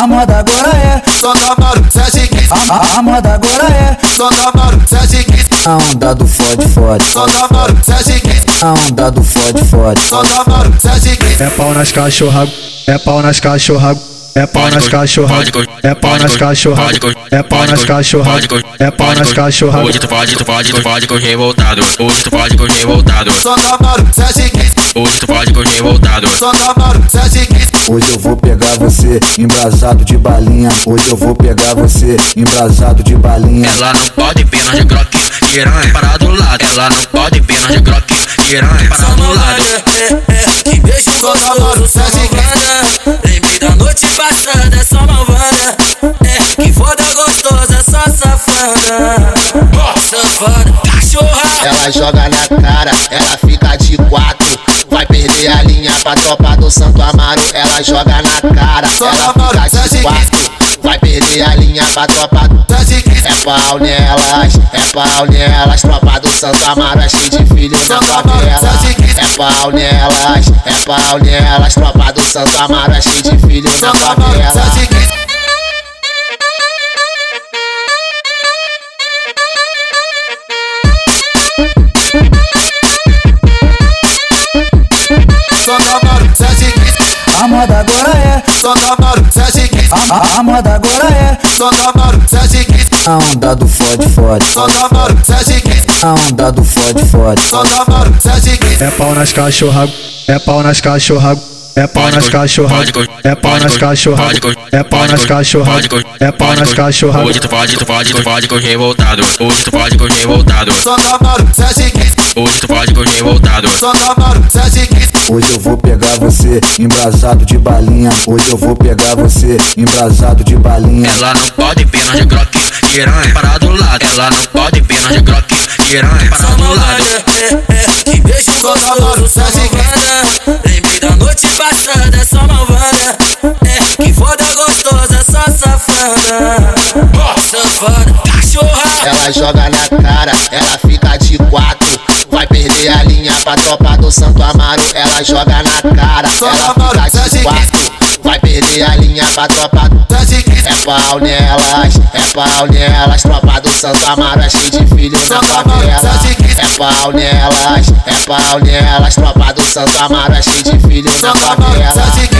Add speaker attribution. Speaker 1: A moda agora é
Speaker 2: Sonoro, Sete Kiss.
Speaker 1: a, a- a moda agora é
Speaker 2: Sonoro, Sete Kiss.
Speaker 1: A onda do fode fode
Speaker 2: Sonoro, Sete Kiss.
Speaker 1: A onda do fode fode
Speaker 2: Sonoro, Sete Kiss.
Speaker 3: É pau nas cachorra, é pau nas cachorra, é pau nas cachorra, é pau nas cachorra, é pau nas cachorra, é pau nas cachorra.
Speaker 4: Hoje tu pode, tu pode, tu pode correr voltado. Hoje tu pode correr voltado.
Speaker 2: Sonoro, Sete Kiss.
Speaker 4: Hoje tu pode correr voltado.
Speaker 2: Sonoro, Sete Kiss.
Speaker 1: Hoje eu vou pegar você embrasado de balinha Hoje eu vou pegar você embrasado de balinha
Speaker 4: Ela não pode pena de croque, tiranha, parar é do lado. Ela não pode pena de croque, tiranha, parar é do
Speaker 3: É
Speaker 4: lado.
Speaker 5: Que beijo gostoso, só malvada Lembrei da noite passada, só malvada É, que foda gostosa, só safada Safada, cachorra
Speaker 6: Ela joga na cara, ela fica de quatro. Vai perder a linha pra tropa do Santo Amaro. Ela joga na cara, ela fica de quatro. Vai perder a linha pra tropa do
Speaker 2: Sete Kiss.
Speaker 6: É pau nelas, é pau nelas. Tropa do Santo Amaro é cheio de filho na favela. É pau nelas, é pau nelas. Tropa do Santo Amaro é cheio de filho na
Speaker 2: Sonoro,
Speaker 6: favela.
Speaker 2: Sete Kiss. Sonoro, Sete Kiss.
Speaker 1: A moda agora é
Speaker 2: Sonoro, Sete Kiss.
Speaker 1: a, a- a moda agora é
Speaker 2: Sonoro, Sete Kiss.
Speaker 1: A onda do fode fode
Speaker 2: Sonoro, Sete Kiss.
Speaker 1: A onda do fode fode
Speaker 2: Sonoro, Sete Kiss.
Speaker 3: É pau nas cachorra, é pau nas cachorra, é pau nas cachorra, é pau nas cachorra, é pau nas cachorra, é pau nas cachorra.
Speaker 4: Hoje tu pode, tu pode, tu pode correr voltado. Hoje tu pode correr voltado.
Speaker 2: Sonoro, Sete Kiss.
Speaker 4: Hoje tu pode correr voltado.
Speaker 2: Sonoro, Sete Kiss.
Speaker 1: Hoje eu vou pegar você embrasado de balinha Hoje eu vou pegar você embrasado de balinha
Speaker 4: Ela não pode pena de croque, tiranha, parar do lado. Ela não pode pena de croque, tiranha, parar
Speaker 5: Só
Speaker 4: do lado.
Speaker 5: malvada, é, é Que beijo gostoso, só malvada Lembrei da noite passada, só malvada É, que foda gostosa, só safada Safada, cachorra
Speaker 6: Ela joga na cara, ela fica de quatro. Vai perder a linha pra tropa do Santo Amaro. Ela joga na cara, ela fica de quatro. Vai perder a linha pra tropa do
Speaker 2: Sete Kiss.
Speaker 6: É pau nelas, é pau nelas. Tropa do Santo Amaro é cheio de filho na favela. É pau nelas, é pau nelas. Tropa do Santo Amaro é cheio de filho na
Speaker 2: Sonoro,
Speaker 6: favela.
Speaker 2: Sete Kiss.